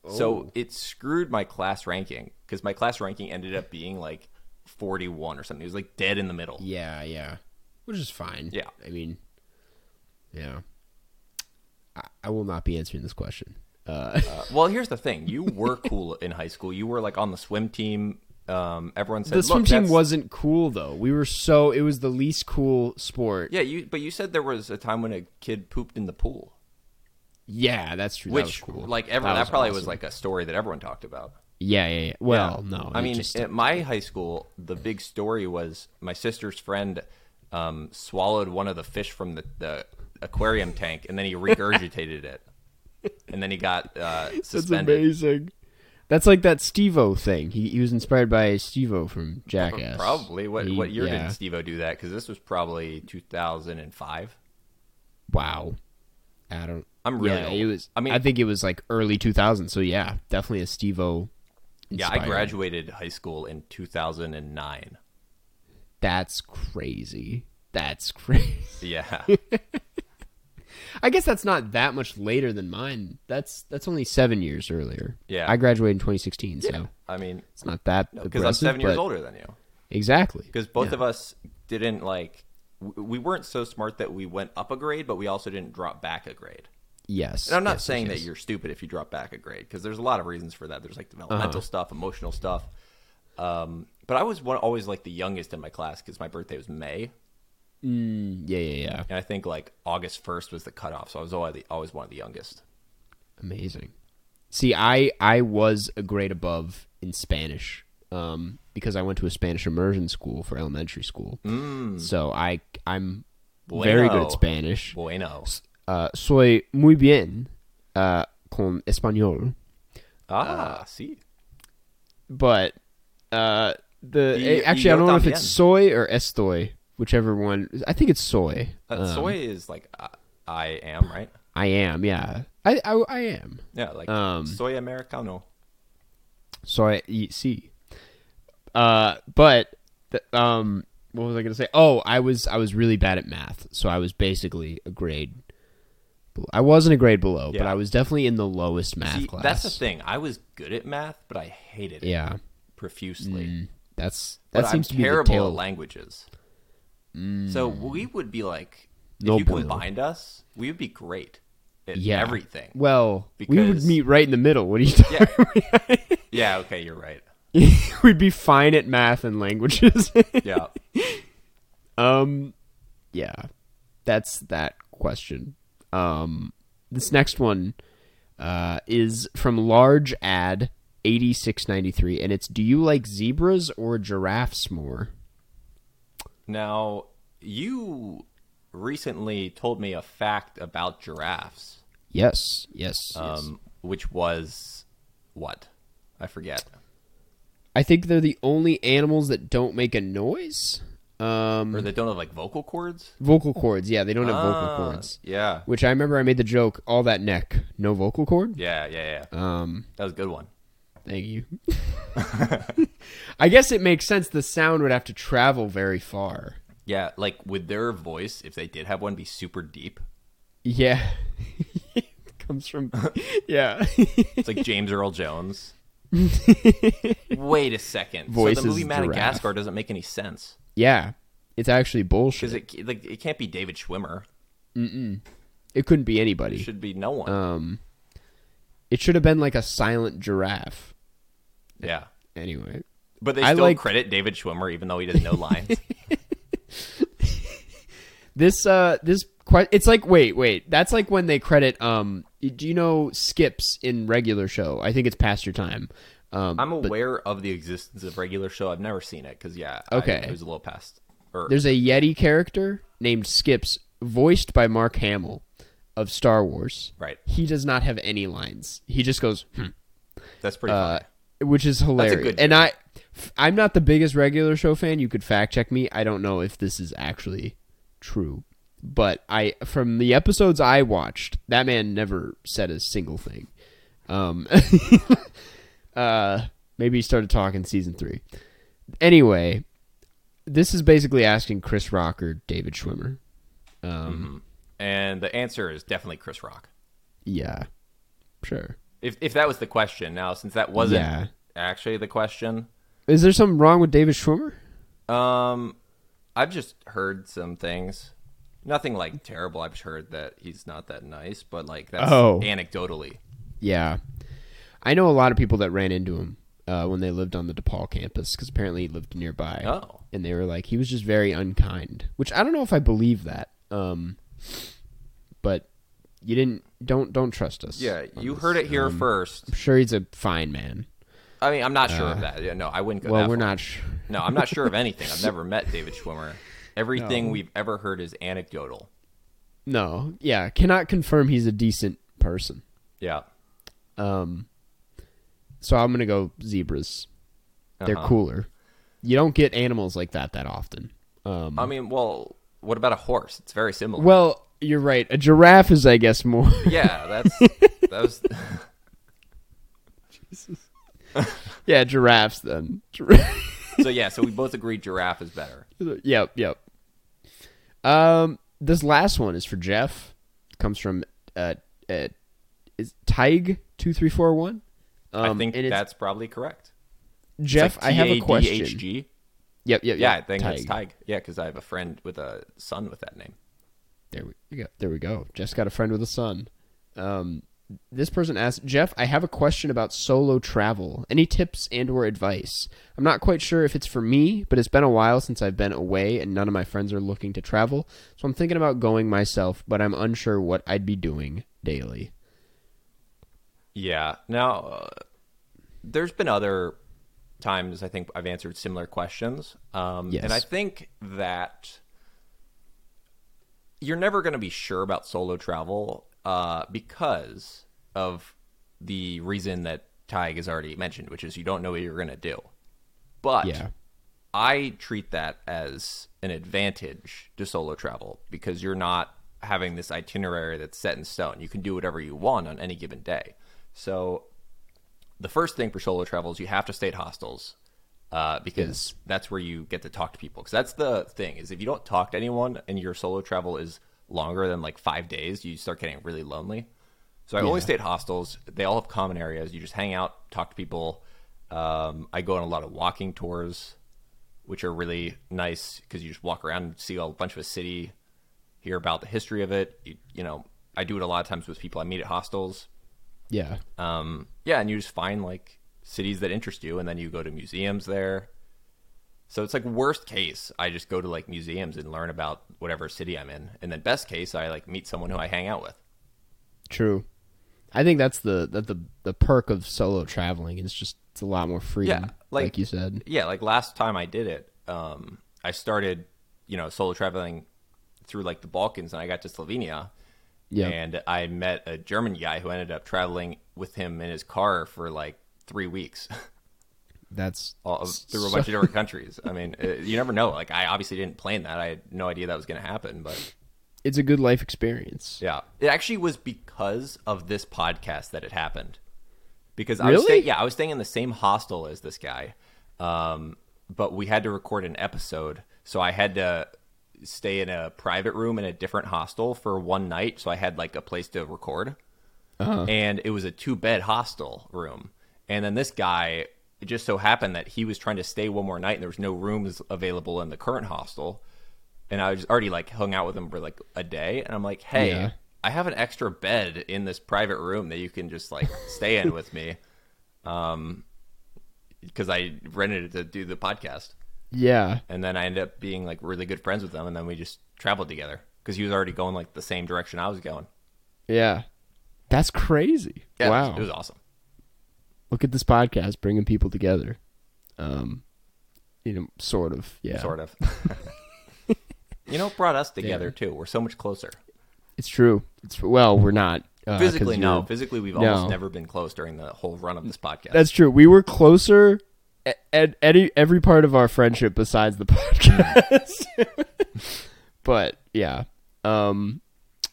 A: Oh.
B: So it screwed my class ranking because my class ranking ended up being like 41 or something. It was like dead in the middle.
A: yeah, yeah. Which is fine.
B: Yeah.
A: I mean, yeah. I, I will not be answering this question. Uh,
B: Uh, well, here's the thing you were cool in high school, you were like on the swim team. Um, everyone said
A: the swim
B: "Look,
A: team
B: that's-
A: wasn't cool though. We were so it was the least cool sport.
B: Yeah, you. But you said there was a time when a kid pooped in the pool,
A: Yeah, that's true. that was
B: which
A: cool.
B: like
A: That
B: everyone that,
A: was
B: probably was
A: awesome.
B: like a story that everyone talked about.
A: yeah, yeah, yeah. Well, no.
B: I
A: it
B: mean,
A: just-
B: at my high school, the big story was my sister's friend um, swallowed one of the fish from the, the aquarium tank, and then he regurgitated it, and then he got uh,
A: that's
B: suspended.
A: amazing. That's like that Stevo thing. He, he was inspired by Stevo from Jackass.
B: Probably. What
A: He-
B: what year
A: yeah.
B: did Steve-O do that? Because this was probably 2005.
A: Wow. I don't.
B: I'm really
A: Yeah,
B: old.
A: it was.
B: I mean-
A: I think it was like early 2000s. So yeah, definitely a Stevo.
B: Yeah, I
A: inspired.
B: graduated high school in 2009.
A: That's crazy. That's crazy.
B: Yeah.
A: I guess that's not that much later than mine. That's that's only seven years earlier.
B: Yeah.
A: I graduated in 2016, so
B: I mean,
A: it's not that.
B: because I'm seven years
A: but-
B: older than you.
A: Exactly.
B: because both of us didn't like w- we weren't so smart that we went up a grade but we also didn't drop back a grade
A: Yes.
B: and i'm not
A: yes,
B: saying
A: yes,
B: that
A: yes.
B: you're stupid if you drop back a grade because there's a lot of reasons for that there's like developmental
A: Uh-huh.
B: stuff emotional stuff um, but i was one, always like the youngest in my class because my birthday was may
A: Yeah, yeah, yeah.
B: and i think like august 1st was the cutoff so i was always, the, always one of the youngest
A: Amazing. See, I I was a grade above in Spanish um, because I went to a Spanish immersion school for elementary school. Mm. So I I'm very good
B: Bueno.
A: at Spanish.
B: bueno
A: Uh, soy muy bien uh, con español, uh,
B: ah see
A: but uh, the
B: Y-
A: eh,
B: y
A: actually
B: yo
A: I don't know if
B: también.
A: it's soy or estoy, whichever one. I think it's soy.
B: uh, soy is like uh, i am right
A: I am, yeah. I I, I am.
B: yeah like
A: um,
B: soy americano
A: So I eat C. Uh, but th- um, what was I gonna say? Oh, I was I was really bad at math, so I was basically a grade. bel- I wasn't a grade below, but
B: Yeah.
A: I was definitely in the lowest math
B: See,
A: class.
B: that's the thing i was good at math but i hated it
A: Yeah,
B: profusely.
A: that's that
B: But
A: seems
B: I'm
A: to be the Mm.
B: terrible at
A: tail.
B: languages. So we would be like
D: No
B: if you
D: bueno.
B: combined us, we would be great at
D: Yeah.
B: everything.
A: Well, we would
B: Because-
A: meet right in the middle. What are you talking
B: yeah, okay, you're right.
A: We'd be fine at math and languages.
B: Yeah.
A: um yeah. That's that question. Um this next one uh is from large ad 8693 and it's do you like zebras or giraffes more?
B: Now, you recently told me a fact about giraffes,
A: Yes, yes, yes.
B: um, which was what? I forget.
A: I think they're the only animals that don't make a noise.
B: Or
A: Um,
B: they don't have like vocal cords?
A: vocal cords. Yeah, they don't have
B: Ah,
A: vocal cords.
B: Yeah.
A: Which I remember I made the joke, all that neck, no vocal cord.
B: Yeah, yeah, yeah.
A: Um,
B: That was a good one.
A: thank you. I guess it makes sense the sound would have to travel very far.
B: Yeah, like would their voice, if they did have one, be super deep?
A: Yeah. it comes from Yeah.
B: It's like James Earl Jones. Wait a second. so
A: Voice
B: the movie
A: is
B: Madagascar doesn't make any sense
A: yeah. It's actually bullshit.
B: because
A: It,
B: it c- like it can't be David Schwimmer.
A: couldn't be
B: It
A: anybody.
B: should be no one.
A: um it should have been like a silent giraffe.
B: yeah,
A: Anyway.
B: but they
A: I
B: still
A: like-
B: credit David Schwimmer even though he does no lines.
A: This uh this que- it's like wait, wait. That's like when they credit um do you know skips in regular show? I think it's past your time. Um
B: I'm aware of the existence of regular show. I've never seen it because yeah,
A: Okay.
B: I, it was a little past. Or
A: There's a Yeti character named Skips, voiced by Mark Hamill of Star Wars.
B: right,
A: He does not have any lines. He just goes, hmm,
B: that's pretty
A: uh,
B: funny.
A: which is hilarious.
B: good
A: and I, I'm not the biggest regular show fan. You could fact check me. I don't know if this is actually true, but I, from the episodes I watched, that man never said a single thing. Um, uh, maybe he started talking season three. Anyway, this is basically asking Chris Rock or David Schwimmer. Um,
B: And the answer is definitely Chris Rock.
A: Yeah, sure.
B: If if that was the question, now since that wasn't
A: Yeah.
B: actually the question,
A: Is there something wrong with David Schwimmer?
B: Um, I've just heard some things. Nothing like terrible. I've just heard that he's not that nice, but like that's
A: Oh.
B: anecdotally.
A: Yeah, I know a lot of people that ran into him uh, when they lived on the DePaul campus because apparently he lived nearby.
B: Oh,
A: and they were like, he was just very unkind, which I don't know if I believe that. Um, but you didn't don't don't trust us.
B: yeah.
A: on
B: You
A: this.
B: heard it here first.
A: I'm sure he's a fine man.
B: I mean, I'm not sure of that. Yeah, no, I wouldn't go.
A: Uh, Well,
B: that
A: we're
B: far.
A: not. Sh-
B: No, I'm not sure of anything. I've never met David Schwimmer. Everything we've ever heard is anecdotal.
A: no, yeah, cannot confirm he's a decent person.
B: Yeah.
A: Um, so I'm gonna go zebras. They're
B: Uh-huh.
A: cooler. You don't get animals like that that often. Um,
B: I mean, well, what about a horse? It's very similar.
A: well, you're right. A giraffe is, I guess, more.
B: yeah, that's that was.
A: yeah, giraffes then. Giraffe.
B: So yeah, so we both agree giraffe is better.
A: yep, yep. Um, this last one is for Jeff. Comes from uh, uh is Tig two three four one. Um,
B: I think
A: and it's-
B: that's probably correct. It's
A: Jeff.
B: like
A: I have a question.
B: T-A-D-H-G.
A: Yep, yep,
B: Yeah, I
A: yep,
B: think
A: Tig.
B: it's Tig. Yeah, because I have a friend with a son with that name.
A: There we go. There we go. Jeff's got a friend with a son. Um, this person asked Jeff, "I have a question about solo travel. Any tips and/or advice? I'm not quite sure if it's for me, but it's been a while since I've been away, and none of my friends are looking to travel. So I'm thinking about going myself, but I'm unsure what I'd be doing daily.
B: Yeah. Now, uh, there's been other times I think I've answered similar questions. Um,
A: Yes.
B: And I think that you're never going to be sure about solo travel uh, because of the reason that Tig has already mentioned, which is you don't know what you're going to do. But
A: Yeah.
B: I treat that as an advantage to solo travel because you're not having this itinerary that's set in stone. You can do whatever you want on any given day. So the first thing for solo travel is you have to stay at hostels uh, because that's where you get to talk to people. Because that's the thing is if you don't talk to anyone and your solo travel is longer than like five days, you start getting really lonely. So I always stay at hostels. They all have common areas. You just hang out, talk to people. Um, I go on a lot of walking tours, which are really nice because you just walk around and see a bunch of a city, hear about the history of it. You, you know, I do it a lot of times with people I meet at hostels.
A: Yeah.
B: Um, yeah, and you just find like cities that interest you, and then you go to museums there. So it's like worst case, I just go to like museums and learn about whatever city I'm in, and then best case, I like meet someone who I hang out with.
A: True. I think that's the that the the perk of solo traveling is just it's a lot more freedom.
B: Yeah,
A: like,
B: like-
A: you said.
B: Yeah, like last time I did it, um, I started, you know, solo traveling through like the Balkans, and I got to Slovenia,
A: Yeah.
B: and I met a German guy who ended up traveling with him in his car for like three weeks.
A: that's
B: all, through a bunch of different countries. I mean, uh you never know. Like, I obviously didn't plan that. I had no idea that was going to happen. But
A: it's a good life experience.
B: yeah, it actually was because of this podcast that it happened. Because I
A: Really?
B: was staying, yeah, I was staying in the same hostel as this guy, um, but we had to record an episode, so I had to stay in a private room in a different hostel for one night. So I had like a place to record.
A: Uh-huh.
B: and it was a two bed hostel room. And then this guy, it just so happened that he was trying to stay one more night, and there was no rooms available in the current hostel. And I was already like hung out with him for like a day, and I'm like, hey,
A: Yeah.
B: I have an extra bed in this private room that you can just like stay in with me, um, because I rented it to do the podcast.
A: Yeah.
B: And then I ended up being like really good friends with him, and then we just traveled together because he was already going like the same direction I was going.
A: Yeah. That's crazy.
B: Yeah, it was-
A: wow.
B: it was awesome.
A: Look at this podcast bringing people together. Um you know sort of. Yeah.
B: sort of. you know, it brought us together too. We're so much closer.
A: It's true. It's well, we're not uh, 'cause
B: Physically,
A: you're-
B: no. Physically, we've almost
A: No.
B: never been close during the whole run of this podcast.
A: That's true. We were closer
B: E-,
A: at, at any every part of our friendship besides the podcast.
B: Mm-hmm.
A: but yeah. Um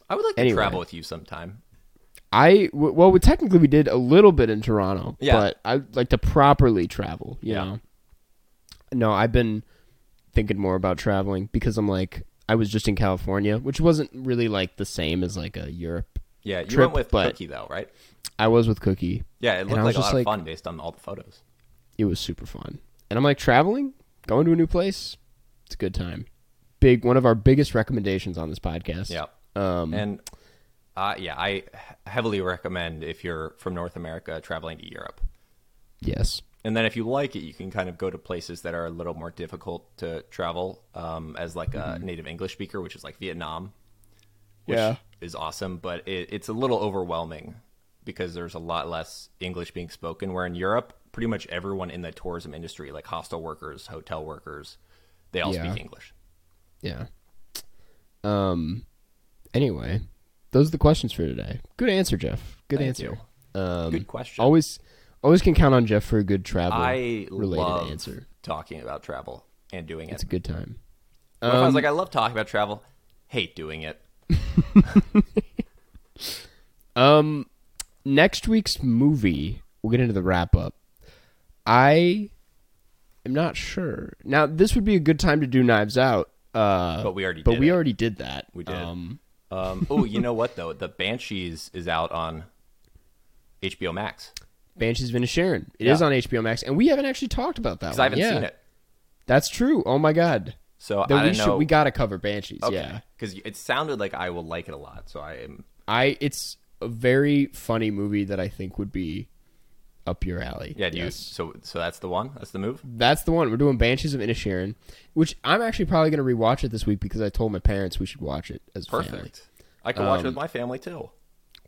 B: I would like to
A: Anyway.
B: travel with you sometime.
A: I w- well, we, technically we did a little bit in Toronto,
B: Yeah.
A: but I would like to properly travel. You
B: Yeah.
A: know, no, I've been thinking more about traveling because I'm like I was just in California, which wasn't really like the same as like a Europe.
B: Yeah, you
A: Trip,
B: went with
A: but-
B: Cookie though, right?
A: I was with Cookie.
B: Yeah,
A: I
B: it looked
A: was
B: like a
A: just
B: lot
A: like-
B: of fun based on all the photos.
A: It was super fun, and I'm like traveling, going to a new place. It's a good time. Big one of our biggest recommendations on this podcast.
B: Yeah,
A: Um.
B: and uh, yeah, I he- heavily recommend if you're from North America traveling to Europe.
A: yes.
B: And then if you like it, you can kind of go to places that are a little more difficult to travel um, as like a
A: Mm-hmm.
B: native English speaker, which is like Vietnam, which
A: Yeah.
B: is awesome, but it, it's a little overwhelming because there's a lot less English being spoken. Where in Europe, pretty much everyone in the tourism industry, like hostel workers, hotel workers, they all
A: Yeah.
B: speak English.
A: Yeah. Um. Anyway, those are the questions for today. Good answer, Jeff. Good
B: Thank
A: answer.
B: Good question.
A: Um, Always, always can count on Jeff for a good travel
B: I
A: related
B: love
A: answer.
B: talking about travel and doing it.
A: It's um, a good time.
B: What if I was like, I love talking about travel, hate doing it.
A: Um, next week's movie. We'll get into the wrap up. I am not sure. Now, this would be a good time to do Knives Out. Uh,
B: But we already
A: but
B: did
A: we
B: it.
A: already did that. We
B: did.
A: Um,
B: Um, oh, you know what though? The Banshees is out on HBO Max
A: Banshees of Inisherin. It is
B: Yeah.
A: on HBO Max, and we haven't actually talked about that.
B: because I haven't
A: Oh, yeah.
B: seen it.
A: That's true. Oh my god.
B: So
A: Then
B: I
A: we
B: don't
A: should
B: know.
A: we gotta cover Banshees. Yeah,
B: because it sounded like I will like it a lot. So I am.
A: I it's a very funny movie that I think would be up your alley.
B: Yeah, do you,
A: Yes.
B: so so that's the one. That's the move.
A: That's the one we're doing. Banshees of Inisherin, which I'm actually probably gonna rewatch it this week because I told my parents we should watch it as a family. Um,
B: Perfect. I can watch it with my family too.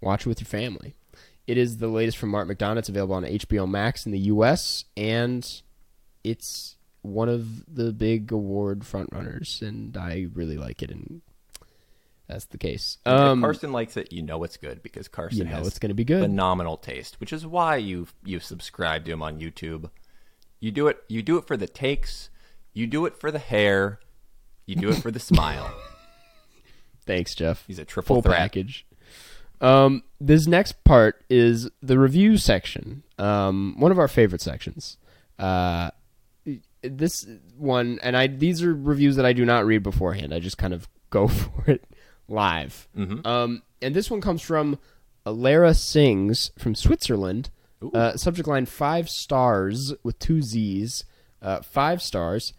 A: Watch it with your family. It is the latest from Mark McDonough. It's available on HBO Max in the U.S. and it's one of the big award frontrunners, and I really like it. And that's the case.
B: if
A: Um,
B: Carson likes it. You know it's good because Carson
A: you know
B: has
A: it's gonna be good.
B: phenomenal taste, which is why you you subscribe to him on YouTube. You do it. You do it for the takes. You do it for the hair. You do it for the smile.
A: Thanks, Jeff.
B: He's a triple
A: full
B: threat.
A: package. Um, this next part is the review section. Um, one of our favorite sections. Uh, this one, and I these are reviews that I do not read beforehand. I just kind of go for it live.
B: Mm-hmm.
A: Um, and this one comes from Alara Sings from Switzerland. Uh, subject line five stars with two Z's. Uh, five stars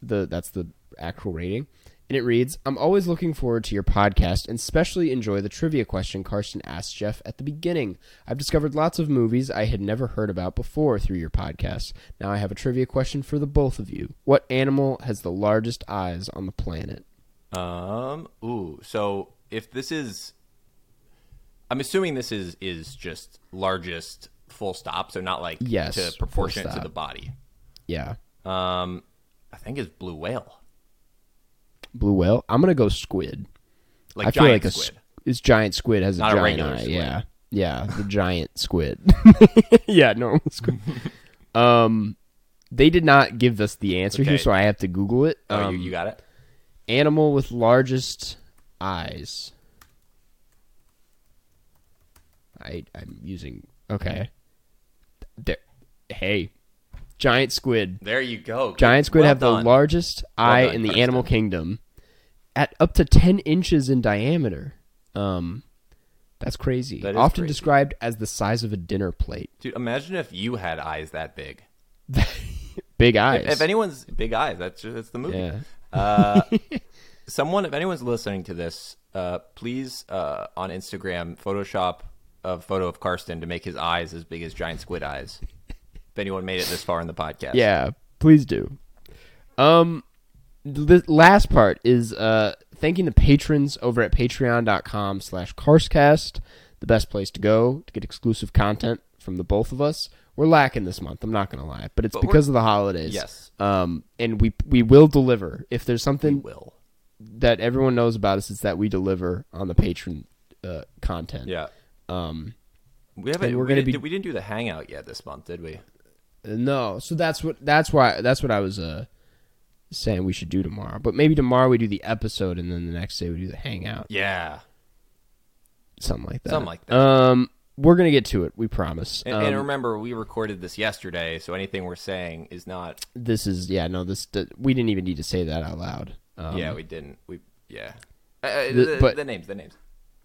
A: the that's the actual rating. and it reads I'm always looking forward to your podcast and especially enjoy the trivia question Karsten asked Jeff at the beginning. I've discovered lots of movies I had never heard about before through your podcast. Now I have a trivia question for the both of you. What animal has the largest eyes on the planet?
B: Um. Ooh. So if this is, I'm assuming this is is just largest full stop. So not like
A: Yes,
B: to
A: full
B: proportionate to
A: stop.
B: the body.
A: Yeah.
B: Um. I think it's blue whale.
A: Blue whale. I'm gonna go squid.
B: Like
A: I feel
B: giant
A: like a s-
B: squid.
A: this giant squid has a
B: Not a
A: giant
B: regular
A: eye.
B: squid.
A: Yeah, yeah, the giant squid. yeah, normal squid. um, they did not give us the answer here,
B: Okay.
A: so I have to Google it.
B: oh,
A: Um,
B: you, you got it.
A: animal with largest eyes. I I'm using okay. There, hey, giant squid.
B: There you go. Good-
A: Giant squid
B: well
A: have
B: done.
A: the largest eye
B: done,
A: in the
B: Karsten.
A: animal kingdom, at up to ten inches in diameter. Um, that's crazy.
B: That is
A: Often
B: crazy.
A: described as the size of a dinner plate.
B: Dude, imagine if you had eyes that big.
A: Big eyes.
B: If anyone's big eyes, that's that's the movie.
A: Yeah.
B: Uh, someone, if anyone's listening to this, uh, please uh, on Instagram Photoshop a photo of Karsten to make his eyes as big as giant squid eyes. if anyone made it this far in the podcast,
A: yeah, please do. Um, the last part is uh thanking the patrons over at patreon.com slash carscast the best place to go to get exclusive content from the both of us we're lacking this month i'm not gonna lie but it's
B: But we're-
A: because of the holidays
B: Yes.
A: um and we we will deliver if there's
B: we
A: something
B: will.
A: that everyone knows about us it's that we deliver on the patron uh content
B: Yeah,
A: um
B: we haven't.
A: And
B: We're
A: we're
B: we
A: gonna
B: did-
A: be-
B: we didn't do the hangout yet this month, did we?
A: no so that's what that's why that's what i was uh saying we should do tomorrow but maybe tomorrow we do the episode and then the next day we do the hangout
B: Yeah.
A: something like that.
B: Something like that.
A: Um, we're gonna get to it. We promise.
B: And,
A: um,
B: and remember, we recorded this yesterday, so anything we're saying is not.
A: this is yeah. No, this th- we didn't even need to say that out loud. Um,
B: yeah, we didn't. We yeah. Uh,
A: The-
B: the,
A: but-
B: the names, the names.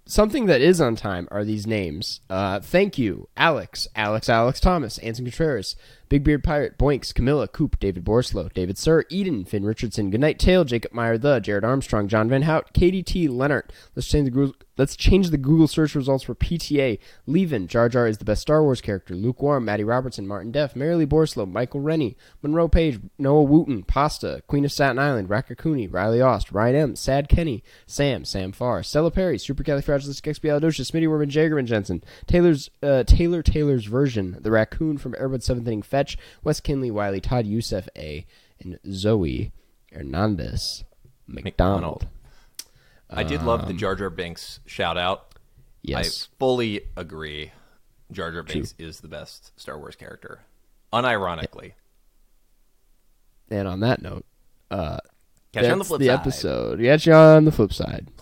A: something that is on time are these names. Uh, thank you, Alex, Alex, Alex Thomas, Anson Contreras, Big Beard Pirate, Boinks, Camilla, Coop, David Borslow, David Sir, Eden, Finn Richardson, Goodnight Tail, Jacob Meyer, The, Jared Armstrong, John Van Hout, Katie T, Leonard. Let's change the Google, let's change the Google search results for PTA. Levin, Jar Jar is the best Star Wars character. Lukewarm, Maddie Robertson, Martin Deff, Marilee Borslow, Michael Rennie, Monroe Page, Noah Wooten, Pasta, Queen of Staten Island, Rakakuni, Riley Ost, Ryan M, Sad Kenny, Sam, Sam Farr, Stella Perry, Supercalifragilisticexpialidocious, Smitty Werman, Jagerman Jensen, Taylor's uh, Taylor Taylor's version, the raccoon from Airbud Seventh Inning Fetch, Wes Kinley, Wiley, Todd Youssef A, and Zoe Hernandez McDonald.
B: McDonald. I did love the Jar Jar Binks shout out.
A: Um, Yes.
B: I fully agree. Jar Jar Binks is the best Star Wars character, unironically.
A: and on that note, uh
B: Catch you on the
A: that's
B: flip
A: the
B: side.
A: episode. Yeah, it's on the flip side.